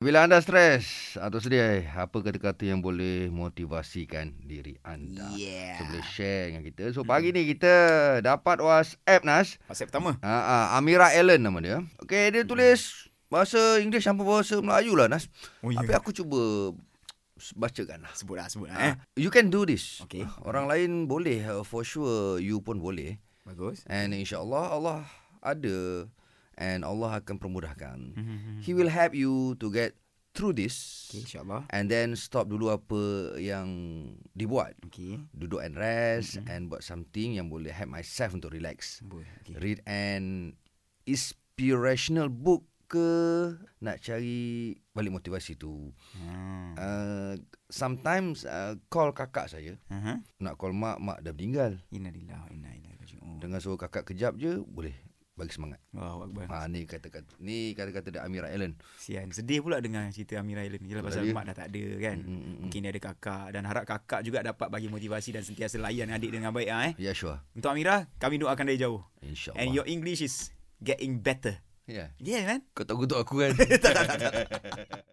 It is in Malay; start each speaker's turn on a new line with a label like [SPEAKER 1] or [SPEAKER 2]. [SPEAKER 1] Bila anda stres atau sedih, apa kata-kata yang boleh motivasikan diri anda?
[SPEAKER 2] Yeah. Hmm.
[SPEAKER 1] So, boleh share dengan kita. So, pagi ni kita dapat WhatsApp, Nas.
[SPEAKER 2] Pasal pertama.
[SPEAKER 1] Ha, ha, Amira Allen nama dia. Okay,
[SPEAKER 2] Hmm.
[SPEAKER 1] dia tulis bahasa Inggeris campur bahasa Melayu lah, Nas.
[SPEAKER 2] Oh, ya.
[SPEAKER 1] Tapi aku cuba bacakan lah.
[SPEAKER 2] Sebut lah, sebut lah. Eh.
[SPEAKER 1] Ha, you can do this.
[SPEAKER 2] Okay.
[SPEAKER 1] Orang lain boleh, uh, for sure you pun boleh.
[SPEAKER 2] Bagus.
[SPEAKER 1] And insyaAllah Allah ada and Allah akan permudahkan. He will help you to get through this.
[SPEAKER 2] Okay, insyaAllah.
[SPEAKER 1] And then stop dulu apa yang dibuat.
[SPEAKER 2] Okay.
[SPEAKER 1] Duduk and rest mm-hmm. and buat something yang boleh help myself untuk relax.
[SPEAKER 2] Boleh. Okay.
[SPEAKER 1] Read an inspirational book ke nak cari balik motivasi tu.
[SPEAKER 2] Hmm.
[SPEAKER 1] Uh, sometimes uh, call kakak saya.
[SPEAKER 2] Uh-huh.
[SPEAKER 1] Nak call mak, mak dah meninggal.
[SPEAKER 2] Inna lillah wa inna ilaihi raji'un.
[SPEAKER 1] Dengan suruh kakak kejap je boleh bagi semangat.
[SPEAKER 2] Allahu akbar.
[SPEAKER 1] Ha ni kata-kata ni kata-kata dari Amira Allen.
[SPEAKER 2] Sian. Sedih pula dengar cerita Amira Island. Yalah pasal
[SPEAKER 1] Tadi.
[SPEAKER 2] mak dah tak ada kan.
[SPEAKER 1] Mm, mm, mm.
[SPEAKER 2] Mungkin dia ada kakak dan harap kakak juga dapat bagi motivasi dan sentiasa layan adik dengan baik ah eh.
[SPEAKER 1] Ya Syua.
[SPEAKER 2] Untuk Amira, kami doakan dari jauh.
[SPEAKER 1] Insya-Allah.
[SPEAKER 2] And your English is getting better.
[SPEAKER 1] ya.
[SPEAKER 2] Yeah, man.
[SPEAKER 1] Kau tak kutuk aku kan.
[SPEAKER 2] tak, tak, tak, tak.